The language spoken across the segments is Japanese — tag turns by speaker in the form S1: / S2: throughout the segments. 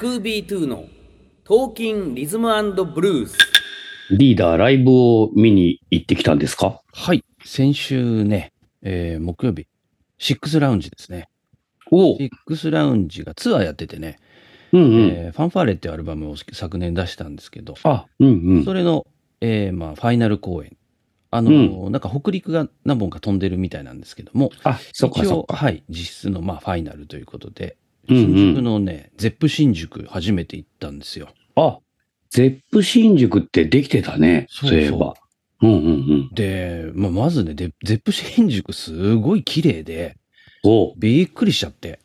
S1: UB2 のトーキンリズムブルース。
S2: リーダー、ライブを見に行ってきたんですか
S3: はい。先週ね、えー木曜日、シックスラウンジですね。
S2: おう
S3: シックスラウンジがツアーやっててね、
S2: うんうん。
S3: えーファンファーレっていうアルバムを昨年出したんですけど、
S2: あ、うんうん。
S3: それの、えーまあ、ファイナル公演。あのーなんか北陸が何本か飛んでるみたいなんですけども、
S2: あ、そっか
S3: 一
S2: そっ
S3: 応、
S2: か。
S3: はい、実質の、まあ、ファイナルということ
S2: うんう
S3: で、
S2: ん
S3: 新宿のね、ゼップ新宿初めて行ったんですよ。
S2: あ、ゼップ新宿ってできてたね。
S3: そうそう
S2: そういえば。うんうんうん。
S3: で、まあ、まずね、でゼップ新宿すごい綺麗で、
S2: おう
S3: びっくりしちゃって。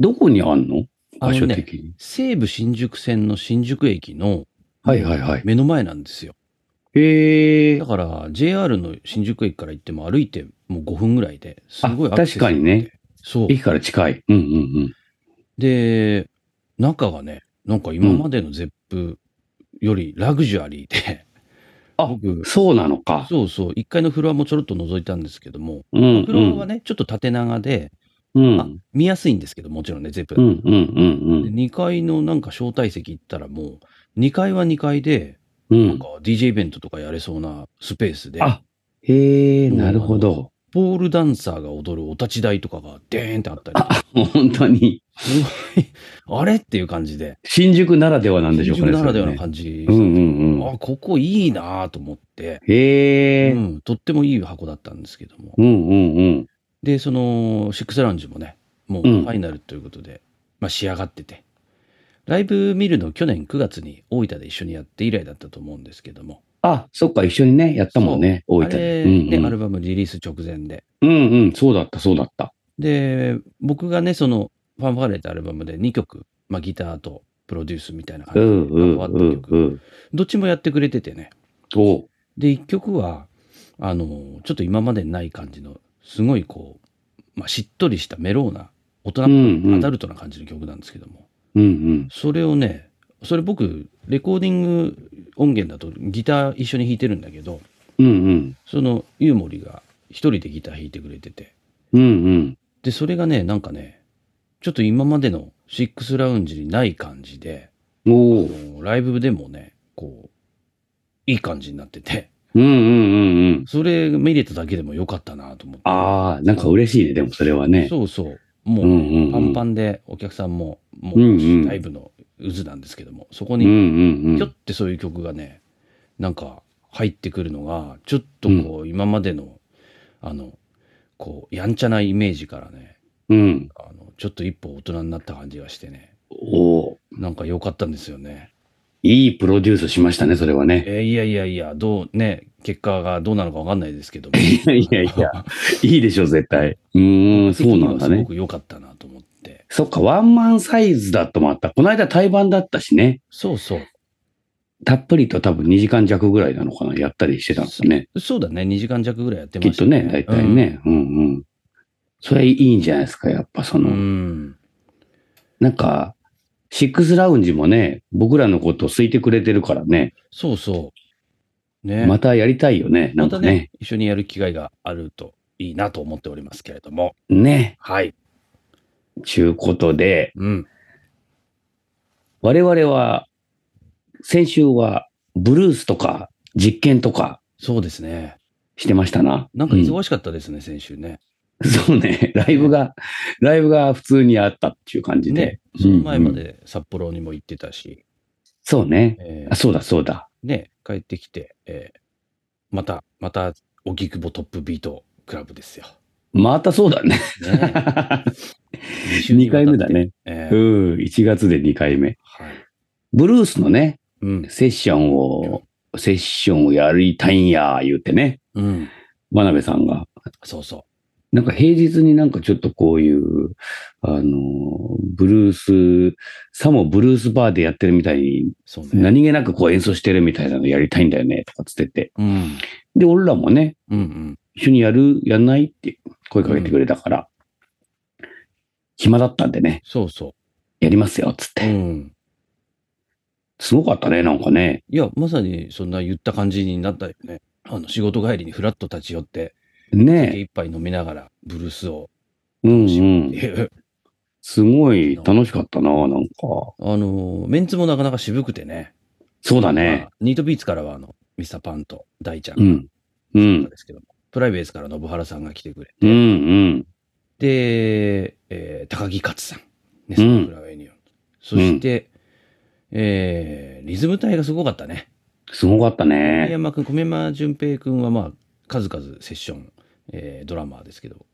S2: どこにあんの
S3: あ
S2: 場
S3: のね
S2: 所的に。
S3: 西武新宿線の新宿駅の
S2: はいはいはい。
S3: 目の前なんですよ。
S2: へえ
S3: だ。から、JR の新宿駅から行っても歩いてもう5分ぐらいで、すごい
S2: あ
S3: アクセス
S2: 確かにね
S3: 良くて。
S2: 駅から近い。うんうん
S3: そう。で、中がね、なんか今までの ZEP よりラグジュアリーで、
S2: あ
S3: 僕
S2: うん。、そうなのか。
S3: そうそう、1階のフロアもちょろっと覗いたんですけども、
S2: うんうん。
S3: フロアはね、ちょっと縦長で、
S2: うん。
S3: あ見やすいんですけど、もちろんね、ZEP
S2: う
S3: だ
S2: ん
S3: と。
S2: うんうん
S3: 2階のなんか招待席行ったらもう、2階は2階で、
S2: うん。う
S3: なん
S2: ん
S3: か DJ イベントとかやれそうなスペースで、
S2: あへえ、
S3: そうな
S2: な
S3: の
S2: るほど。
S3: ポールダンサーが踊るお立ち台とかがデーンってあったり、
S2: 本当に。
S3: すごい、あれっていう感じで、
S2: 新宿ならではなんでしょうかね。
S3: 新宿ならでは
S2: それ
S3: な
S2: ね
S3: 感じ、
S2: うんうんうん。
S3: あ、ここいいなと思って、
S2: へえ、う、
S3: うんん、とってもいい箱だったんですけども。
S2: うんうん
S3: で、その、シックスラウンジもね、もうフ
S2: うん
S3: ァイナルということで、まあ仕上がってて。ライブ見るの去年9月に大分で一緒にやって以来だったと思うんですけども、
S2: あ、そっか、一緒にね、やったもんね、大分
S3: あ
S2: で。
S3: れ、
S2: う
S3: ね
S2: んう
S3: アル
S2: ん、
S3: バムリリース直前で、
S2: うんうん、そうだった、そうだった。
S3: で、僕がね、その、ファンファーレってアルバムで2曲、まあ、ギターとプロデュースみたいな
S2: うん
S3: 感じ
S2: う
S3: で
S2: ん
S3: 関わった
S2: う
S3: 曲
S2: ん、うん。
S3: どっちもやってくれててね。
S2: お
S3: で、1曲は、あの、ちょっと今までにない感じの、すごいこう、まあ、しっとりしたメローな、大人、
S2: うんうん
S3: アダルトな感じの曲なんですけども、
S2: うんうん。
S3: それをね、それ僕、レコーディング音源だとギター一緒に弾いてるんだけど、
S2: うんうん。
S3: そのユーモリが一人でギター弾いてくれてて、
S2: うんうん。
S3: で、それがね、なんかね、ちょっと今までのシックスラウンジにない感じで、
S2: お
S3: あ
S2: う
S3: のライブでもね、こう、いい感じになってて、
S2: うんうんうんうん。
S3: それ見れただけでもよかったなと思って。
S2: ああ、なんか嬉しいね、でもそれはね。
S3: そうそう。もう、
S2: うんうんうん
S3: パンパンでお客さんも、もう、
S2: うんうん
S3: ライブの渦なんですけども、そこ
S2: うんう
S3: に、
S2: ん
S3: ひ
S2: う
S3: ょっ
S2: ん。
S3: てそういう曲がね、なんか入ってくるのが、ちょっとこう、今までの、あの、こう、やんちゃなイメージからね、
S2: うん。
S3: あのちょっと一歩大人になった感じがしてね、
S2: おう
S3: なんか良かったんですよね。
S2: いいプロデュースしましたね、それはね。
S3: えーいやいやいや、どうね、結果がどうなのかわかんないですけども。
S2: いやいやいや、いいでしょ、絶対。うーん、そうなんだ
S3: すご
S2: ね。
S3: く良かったなと思って。
S2: そっか、ワンマンサイズだともあった。この間対バンだったしね。
S3: そうそ
S2: たっぷりと多分2時間弱ぐらいなのかな、やったりしてたんですね。
S3: う。そうだね、2時間弱ぐらいやって
S2: き
S3: ま
S2: っ
S3: した
S2: とね、大体。ね。うんうん。それいいんじゃないですか、やっぱそ
S3: うん。
S2: の、
S3: うん
S2: なんか、シックスラウンジもね、僕らのことを好いてくれてるからね、
S3: そうそう。ね。
S2: またやりたいよね、なん
S3: また
S2: か
S3: ね
S2: ね。、
S3: 一緒にやる機会があるといいなと思っておりますけれども。
S2: ね。
S3: はい。
S2: ちゅうことで、
S3: うん。
S2: 我々は、先週は、ブルースとか、実験とか
S3: そうですね。
S2: してましたな。
S3: なんか
S2: う
S3: 忙しかったですね、先週ね。
S2: そうね、ライブが、ライブが普通にあったっていう感じで
S3: ね。、その前ま
S2: うんうん
S3: で札幌にも行ってたし、
S2: そうね。
S3: えー
S2: あそうだ、そうだ。
S3: ね、帰ってきて、えーまた、また、荻窪トップビートクラブですよ。
S2: またそうだ ね。
S3: ね二週に
S2: 2
S3: わた
S2: 回
S3: って
S2: 目だね。
S3: え
S2: う
S3: ー
S2: ん、1月で2回目。
S3: はい。
S2: ブルースのね、
S3: うん。
S2: セッションを、セッションをやりたいんや、言ってね、
S3: うん。
S2: 真鍋さんが。
S3: そうそ
S2: なんか平日になんかちょっとこういう、あの、ブルース、さもブルースバーでやってるみたいに、
S3: う。そうね。
S2: 何気なくこう演奏してるみたいなのやりたいんだよね、とかつってて。
S3: うん。
S2: で、俺らもね、
S3: うんうん。
S2: 一緒にやる、やんないって声かけてくれたから、暇だったんでね、
S3: そうそ
S2: やりますよ、つっ
S3: う。う
S2: て。
S3: ん。
S2: すごかったね、なんかね。
S3: いや、まさにそんな言った感じになったよね。あの、仕事帰りにフラッと立ち寄って、
S2: ねえ
S3: 酒一杯飲みながら、ブルースを
S2: うんう
S3: 楽しむって
S2: ん。
S3: いう。
S2: すごい楽しかったな、なんか。
S3: あの、メンツもなかなか渋くてね。
S2: そうだ
S3: ま
S2: ね
S3: あ。ニートビーツからは、あの、ミスターパンと大ちゃん
S2: う
S3: が
S2: ん。う
S3: 参加
S2: ん。
S3: ですけども、プライベースから信原さんが来てくれ
S2: う
S3: て、
S2: ん。
S3: で、えー高木勝さん、ね、
S2: う
S3: ス
S2: ん
S3: クラウェニオン。そして、えーリズム隊がすごかったね。
S2: すごかった
S3: 小宮
S2: ね。
S3: 山君、小宮山淳平君は、まあ、数々セッション、えードラマーですけど、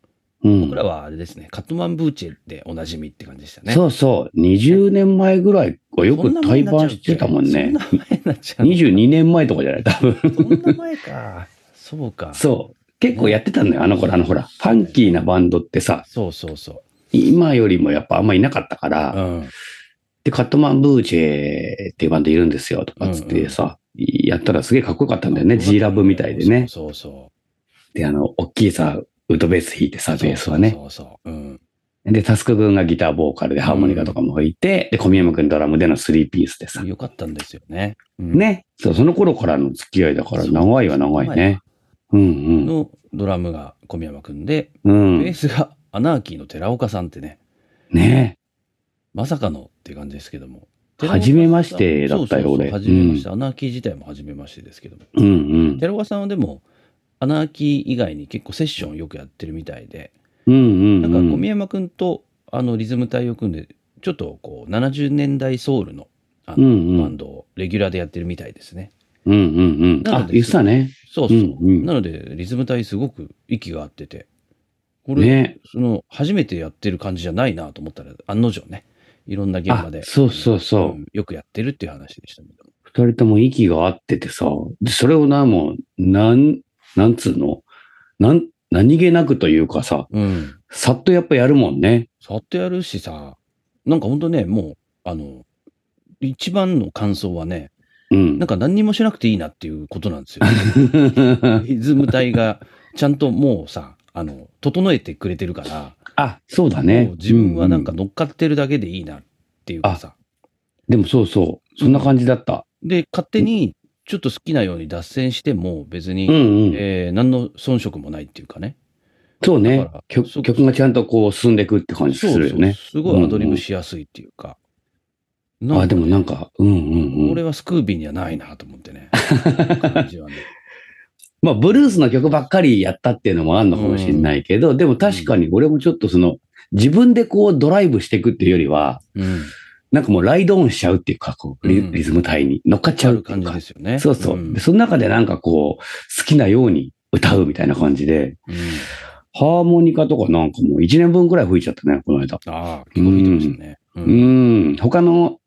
S2: うん。
S3: 僕らはあれですね、カットマンブーチェでおなじみって感じでしたね。
S2: そうそう。20年前ぐらいはよ
S3: そ
S2: く
S3: んな前
S2: 対
S3: に
S2: バ
S3: なっちゃうっ
S2: ン
S3: け
S2: してたもんね。
S3: そんな前になっちゃ うの。
S2: 22年前とかじゃない多分。
S3: そんな前か。そうか。
S2: そう。結構やってたんだよ。あの頃、あのほら、ファンキーなバンドってさ、
S3: そうそうそ
S2: 今よりもやっぱあんまいなかったか
S3: う。
S2: ら、
S3: うん。
S2: で、カットマン・ブーチェっていうバンドいるんですよ、とかつってさ、やったらすげえかっこよかったんだよね。G ラブみたいでね。
S3: そうそう
S2: で、あの、大きいさ、ウッドベース弾いて
S3: そ
S2: さ、
S3: う。
S2: ベースはね。
S3: そうそうそう。うん。
S2: で、タスク君がギターボーカルでハーモニカとかも吹いて、で、小宮山君ドラムでのスリーピースでさ、
S3: よかったんですよね。うん
S2: ね。そう、その頃からの付き合いだから、
S3: そう
S2: 長いは長いね。うん
S3: のドラムが小宮山くんで、
S2: うん。う
S3: ベー
S2: ん。
S3: スがアナーキーの寺岡さんってね、
S2: ね
S3: まさかのっていう感じですけども。
S2: 初めましてだったよ
S3: そうそうそう
S2: 俺
S3: 初めまして、アナーキー自体も初めましてですけども。
S2: うんうん。
S3: 寺岡さんはでも、アナーキー以外に結構セッションよくやってるみたいで、
S2: うんうん、う
S3: なん
S2: ん。
S3: か小宮山くんとあのリズム隊を組んで、ちょっとこう70年代ソウルのあ
S2: う
S3: の
S2: んうん
S3: バンドをレギュラーでやってるみたいですね。
S2: うんうんうん。
S3: な
S2: あ
S3: の、で
S2: 言ってたね。
S3: そうそう。
S2: うんうん
S3: なので、リズム隊すごく息が合ってて、これ、
S2: ね。
S3: その、初めてやってる感じじゃないなと思ったら、案の定ね、いろんな現場で。
S2: あそうそうそう
S3: うんよくやってるっていう話でしたけど。
S2: 二人とも息が合っててさ、でそれをな、もう、なん、なんつうの、なん、何気なくというかさ、
S3: うん。
S2: さっとやっぱやるもんね。
S3: さっとやるしさ、なんかほんとね、もう、あの、一番の感想はね、
S2: うん。
S3: なんか何にもしなくていいなっていうことなんです よ。リズム隊が、ちゃんともうさ、あの、整えてくれてるから、
S2: あ、そうだ
S3: も
S2: ね
S3: う。自分はなんか
S2: うう
S3: 乗っかってるだけでいいなっていうかさ、
S2: でもそうそう。そんな感じだった。
S3: で、勝手にちょっと好きなように脱線しても別に、
S2: うんうん。
S3: えー何の遜色もないっていうかね。
S2: そう
S3: だ
S2: ね
S3: から
S2: 曲。
S3: そう
S2: 曲がちゃんとこう進んでいくって感じするよね。
S3: すごいアドリブしやすいっていうか。
S2: あ、でもなん
S3: か
S2: か、うんうん
S3: ね、
S2: う
S3: 俺
S2: ん。
S3: はスクービーにはないなと思っ てね。感じはね
S2: まあ、ブルースの曲ばっかりやったっていうのもあるのかもしれないけど、でも確かに俺もちょっとその、自分でこうドライブしていくっていうよりは、
S3: うん。
S2: なんかもうライドオンしちゃうっていうか、こうリ
S3: うん
S2: リズム体に乗っかっちゃ
S3: あ
S2: うっ
S3: る
S2: ていう
S3: 感じ
S2: か
S3: で。すよね。
S2: そうそう、
S3: ん
S2: でその中でなんかこう、好きなように歌うみたいな感じで、
S3: うん
S2: ハーモニカとかなんかもう1年分くらい吹いちゃったね、この間。
S3: ああ、結構見てましたね。う
S2: う。ん、他の、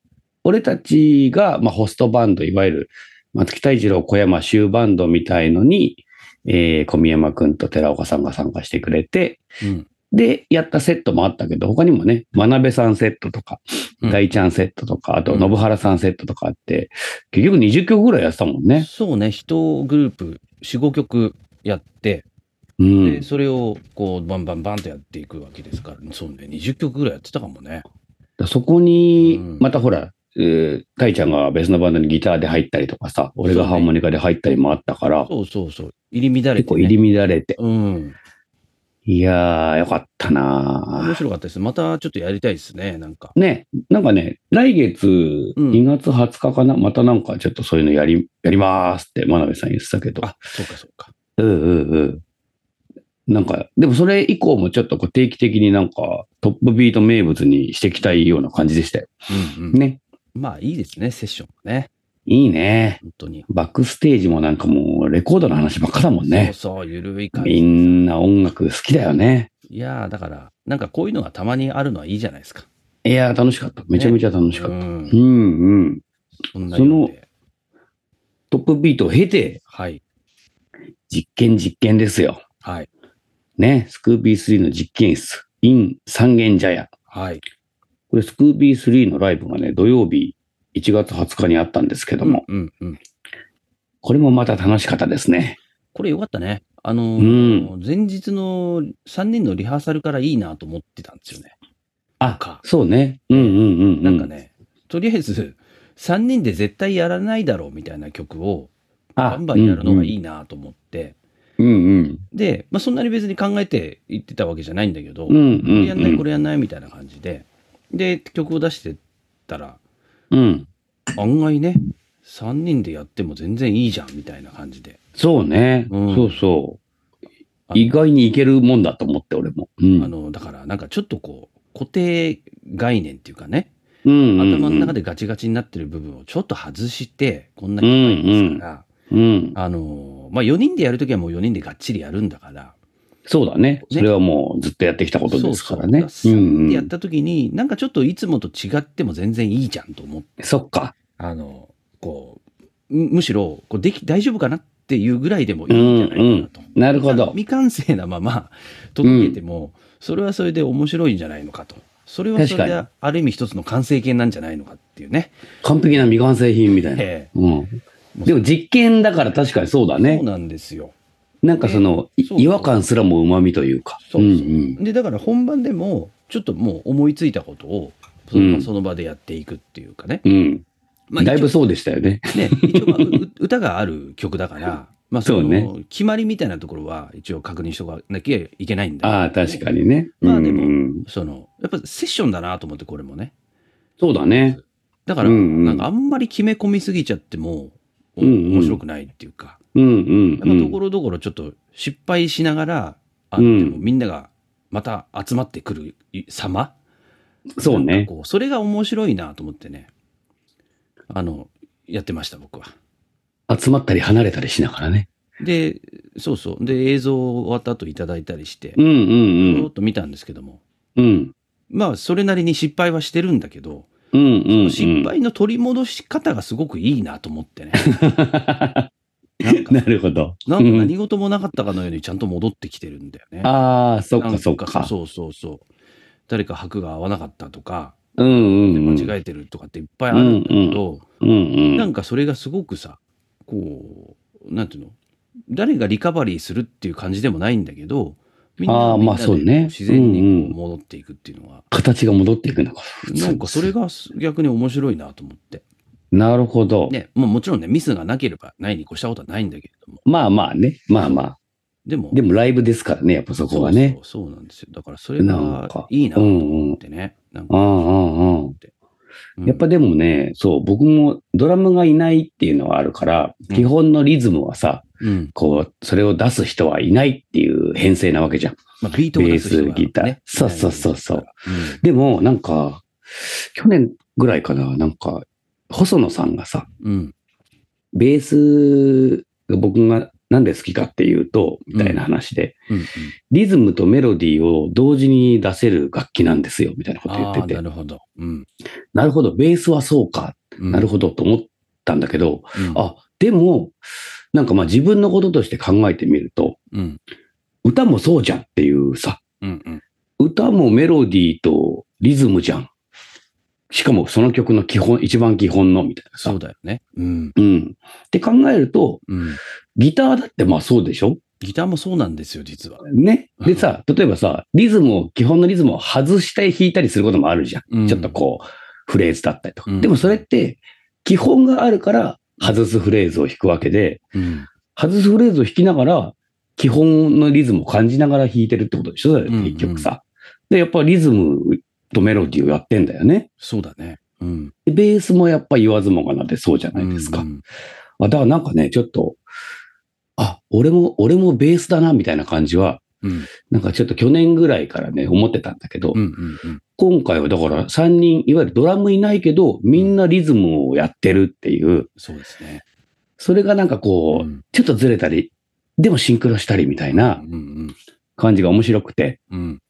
S2: 俺たちが、まあ、ホストバンド、いわゆる松木太一郎小山修バンドみたいのに、えー小宮山くんと寺岡さんが参加してくれて、
S3: うん
S2: で、やったセットもあったけど、他にもね、真鍋さんセットとか、
S3: うん
S2: 大ちゃんセットとか、あと、
S3: うん
S2: 信原さんセットとかあって、結局20曲ぐらいやってたもんね。
S3: そうね、一グループ、4、5曲やって、
S2: う
S3: で、
S2: ん。
S3: それをこう、バンバンバンとやっていくわけですから、そうね、20曲ぐらいやってたかもね。
S2: そこに
S3: うん、
S2: またほら、えー大ちゃんが別のバンドにギターで入ったりとかさ、俺がハーモニカで入ったりもあったから、
S3: そうそうそう。入り乱
S2: 結
S3: れて、
S2: 構
S3: ね。
S2: 入り乱れて。
S3: うん。
S2: いやー、よかった
S3: 面
S2: な
S3: 白かったです。またちょっとやりたいですね、なんか。
S2: ーね、なんかね、来月、
S3: ん
S2: 2月20日かな、またなんかちょっとそういうのやり、やりまーすって、真鍋さん言ってたけど。
S3: あ、そうかそうか。
S2: うんうんうん。なんか、でもそれ以降もちょっとこう定期的になんかトップビート名物にしていきたいような感じでしたよ。
S3: うんうん。
S2: ね。
S3: まあいいですね、セッションもね。
S2: いいね。
S3: 本当に。
S2: バックステージもなんかもうレコードの話ばっかだもんね。
S3: そうそう、ゆるい感
S2: み
S3: じ。
S2: んな音楽好きだよね。
S3: いやー、だから、なんかこういうのがたまにあるのはいいじゃないですか。
S2: いやー楽しかった。めちゃめちゃ楽しか
S3: う
S2: った。う。
S3: ん
S2: んうん。
S3: そんなようで。
S2: トップビートを経て
S3: はい。
S2: 実験実験ですよ。
S3: はい。
S2: ね。スクービー3の実験室。in 三軒茶屋。
S3: はい。
S2: これスクービー3のライブがね、土曜日1月20日にあったんですけども。
S3: うんうん。
S2: これもまた楽しかったですね。
S3: これよかったね。あの
S2: う
S3: ー、前日の3人のリハーサルからいいなと思ってたんですよね。
S2: あ
S3: か
S2: そうね。うんうんうん、うん。
S3: なんか。ね、とりあえず、3人で絶対やらないだろうみたいな曲を、バ
S2: あ、
S3: ンバンやるのがい
S2: い。
S3: いなと思って、
S2: うんうん。
S3: で、まあ、そんなに別に考えて言ってたわけじゃないんだけど、
S2: うんうんうん
S3: やんないこれやんないみたいな感じで、で曲を出してったら
S2: うん。
S3: 案外ね3人でやっても全然いいじゃんみたいな感じで
S2: そうね。
S3: うん
S2: そうそう
S3: あ。の
S2: 意外にいけるもんだと思って、俺も。うん。
S3: あのだからなんかちょっとこう固定概念っていうかね
S2: うんうんうん、
S3: 頭の中でガチガチになってる部分をちょっと外してこんな機会ですから、
S2: うん。
S3: あのまあ、4人でやるときはもう4人でがっちりやるんだから
S2: そうだね。それはもうずっとやってきたことですからね。
S3: そうそうだから
S2: ん
S3: 3
S2: ん
S3: でやったときに、なんかちょっといつもと違っても全然いいじゃんと思って
S2: そっか。
S3: あのこうむむしろこうでき大丈夫かなっていうぐらいでもいいんじゃないかなと。
S2: なるほど。
S3: 未完成なまま届けても、それはそれで面白いんじゃないのかと。それはそれ
S2: 確
S3: で
S2: か
S3: ある意味一つの完成形なんじゃないのかっていうね。
S2: 完璧な未完成品みたいな。
S3: え
S2: うん。でも実験だから確かにそうだ
S3: え
S2: ね
S3: そう。なんですよ。
S2: なんかその、い
S3: そうそう
S2: 違和感すらも旨味というか。
S3: そうそう
S2: うん
S3: でだから本番でもちょっともう思いついたことをその,、
S2: うん
S3: その場でやっていくっていうかね。
S2: うん。うん。
S3: まあ、
S2: だいぶそうでしたよね。
S3: 一応ね、一応まあうう歌がある曲だから、まあそ
S2: そう
S3: の
S2: ね
S3: 決まりみたいなところは一応確認しとかなきゃいけないんだ、
S2: ああ、確かにね。
S3: まあでも
S2: うんうん
S3: そのやっぱセッションだなと思ってこれもね。
S2: そうだね。
S3: だから、
S2: うんうん
S3: なんかあんまり決め込みすぎちゃっても、お
S2: うんうん
S3: 面白くないっていうか、
S2: うんうんう
S3: やっぱとこ
S2: ん。
S3: ろどころちょっと失敗しながら、あっ
S2: う
S3: て
S2: ん
S3: もみんながまた集まってくる様、
S2: そう
S3: なん
S2: ね
S3: か。こうそれが面白いなと思ってね、あの、やってました、僕は。
S2: 集まったり離れたりしながらね。
S3: で、そうそう。で、映像終わった後いただいたりして
S2: う、んう
S3: ちょっ
S2: ん
S3: と見たんですけども、
S2: うん。うん。
S3: まあ、それなりに失敗はしてるんだけど、
S2: うんうん、うん。
S3: 失敗の取り戻し方がすごくいいなと思 ってね。
S2: なるほど。
S3: なんか
S2: うん
S3: 何事もなかったかのようにちゃんと戻ってきてるんだよね。
S2: ああ、そっ
S3: なん
S2: かそっか。
S3: そうそうそう。誰か拍が合わなかったとか、
S2: うんうんうん。
S3: 間違えてるとかっていっぱいあるんだけど、
S2: うんうん。
S3: なんかそれがすごくさ、こう、なんていうの誰がリカバリーするっていう感じでもないんだけど、みんな
S2: あー
S3: みん
S2: まあ
S3: なで
S2: そうね
S3: 自然に
S2: うんうん
S3: こう戻っていくっていうのは、
S2: 形が戻っていくのか。
S3: なんかそれがす逆に面白いなと思って。
S2: なるほど。
S3: ね、もうもちろんね、ミスがなければないに越したことはないんだけれども、
S2: まあまあね。まあまあ。
S3: でも、
S2: でもライブですからね、やっぱそこはね。
S3: そうそうそうなんですよ。だからそれ
S2: なん
S3: が
S2: か
S3: いいなと思ってね。なん
S2: う
S3: か
S2: んうんうん。
S3: うん
S2: やっぱでもね、そう、僕もドラムがいないっていうのはあるから、
S3: うん
S2: 基本のリズムはさ、
S3: うん
S2: こう、それを出す人はいないっていう編成なわけじゃん。
S3: まあ、ビートを出す人が
S2: ベースギター
S3: ね
S2: そうそうそうそう。でも、なんか、去年ぐらいかな、なんか、細野さんがさ、
S3: うん。うん
S2: ベースが僕がなんで好きかっていうと、みたいな話で、
S3: うんうん
S2: リズムとメロディーを同時に出せる楽器なんですよ、みたいなこと言っ
S3: ああ
S2: て
S3: ー、
S2: て、
S3: な
S2: な
S3: るほど。うん。
S2: るほど、ベースはそうか、なる
S3: ほ
S2: ほどと思ったんだけど、
S3: どあ、
S2: あ、でも、なんかまあ自分のこととして考えてみると、
S3: うん。
S2: 歌もそうじゃんっていうさ、
S3: うんうん。
S2: 歌もメロディーとリズムじゃん。しかもその曲の基本、一番基本のみたいなさ。
S3: そうだよね。うん。
S2: うん。って考えると、
S3: うん。
S2: ギターだってまあそうでしょ
S3: ギターもそうなんですよ、実は。
S2: ね。
S3: うん
S2: でさ、例えばさ、リズムを、基本のリズムを外して弾いたりすることもあるじゃん。
S3: うん
S2: ちょっとこう、フレーズだったりとか。
S3: うん
S2: でもそれって、基本があるから、外すフレーズを弾くわけで、
S3: うん。
S2: 外すフレーズを弾きながら、基本のリズムを感じながら弾いてるってことでしょ、それ
S3: うんうん
S2: 結局さ。で、やっぱリズムとメロディーをやってんだよね。
S3: そうだね。うん。
S2: でベースもやっぱ言わずもがなでそうじゃないですか。
S3: うん
S2: あだからなんかね、ちょっと、あ、俺も、俺もベースだな、みたいな感じは、
S3: うん。
S2: なんかちょっと去年ぐらいからね、思ってたんだけど、
S3: うん。うんうん。
S2: 今回はだから3人、いわゆるドラムいないけど、みんなリズムをやってるっていう、
S3: そうですね。
S2: それがなんかこう、
S3: うん
S2: ちょっとずれたり、でもシンクロしたりみたいな
S3: うん
S2: 感じが面白くて、
S3: うん。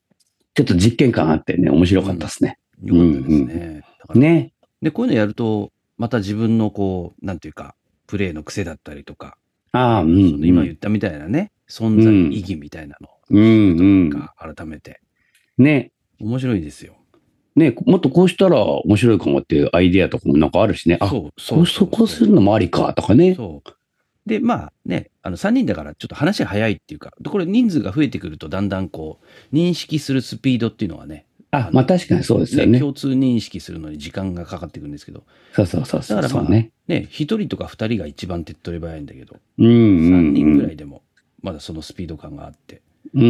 S2: ちょっと実験感あってね、面白かったですね。
S3: うん。よかったですね。だから
S2: ね。
S3: で、こういうのやると、また自分のこう、なんていうか、プレイの癖だったりとか、
S2: ああ、うん、
S3: その今言ったみたいなね、存在意義みたいな
S2: うん、うん。
S3: のが改めて、
S2: ね。
S3: 面白いですよ。
S2: ね、もっとこうしたら面白いかもっていうアイデアとかもなんかあるしね。あ、
S3: そうそ
S2: そううそこするのもありかとかね。
S3: そうで、まあね、あの3人だからちょっと話が早いっていうか、でこれ人数が増えてくるとだんだんこう、認識するスピードっていうのはね、
S2: あ、まあ確かにそうですよ
S3: ね
S2: ね。
S3: 共通認識するのに時間がかかってくるんですけど、
S2: そうそうそうそう。
S3: だからまあ
S2: そうね。
S3: ね、1人とか2人が一番手っ取り早いんだけど、
S2: うんうん、うん。
S3: 3人ぐらいでもまだそのスピード感があって、
S2: うんう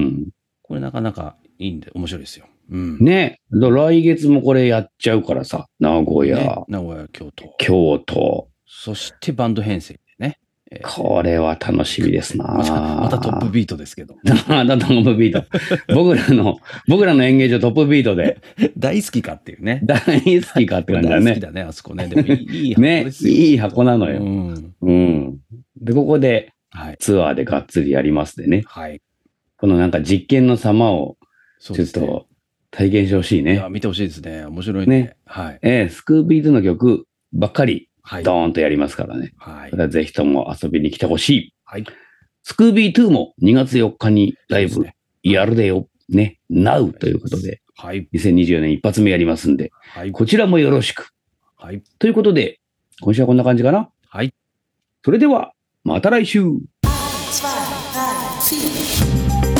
S2: ん。
S3: これなかなかいいんで、面白いですよ。うん。
S2: ね。だ来月もこれやっちゃうからさ、名古
S3: ね
S2: 屋、
S3: 名古屋、京都。
S2: 京都。
S3: そしてバンド編成でね。えー
S2: これは楽しみですな。
S3: またまたトップビートですけど。
S2: あなたトップビート。 僕らの、僕らの演芸場トップビートで、
S3: 大好きかっていうね。
S2: 大好きかって感じだ
S3: 大好き
S2: ね。
S3: だね、あそこね。でも いい、いい箱
S2: ね
S3: で、すよ
S2: いい箱なの
S3: う
S2: よ。
S3: ん。
S2: うん。で、ここで
S3: はい。
S2: ツアーでがっつりやりますでね。
S3: はい。
S2: このなんか実験の様を
S3: そう
S2: ちょ
S3: で
S2: っ
S3: すね
S2: と体験してほしい
S3: い
S2: ね
S3: や、。見てほしいですね。面白いね
S2: ね。
S3: はい。
S2: ええ、スクービーズの曲ばっかり
S3: はい。
S2: ドーンとやりますからね。
S3: はい
S2: そ。れはぜひとも遊びに来てほしい。
S3: はい。
S2: スクービー2も2月4日にライ
S3: そう
S2: ブ
S3: ですね
S2: やるでよ。ね。NOW ということで、
S3: はい。
S2: 2024年一発目やりますんで、
S3: はい。
S2: こちらもよろしく。
S3: はい。
S2: ということで、今週はこんな感じかな。
S3: はい。
S2: それでは、また来週
S4: Zwei, drei, vier.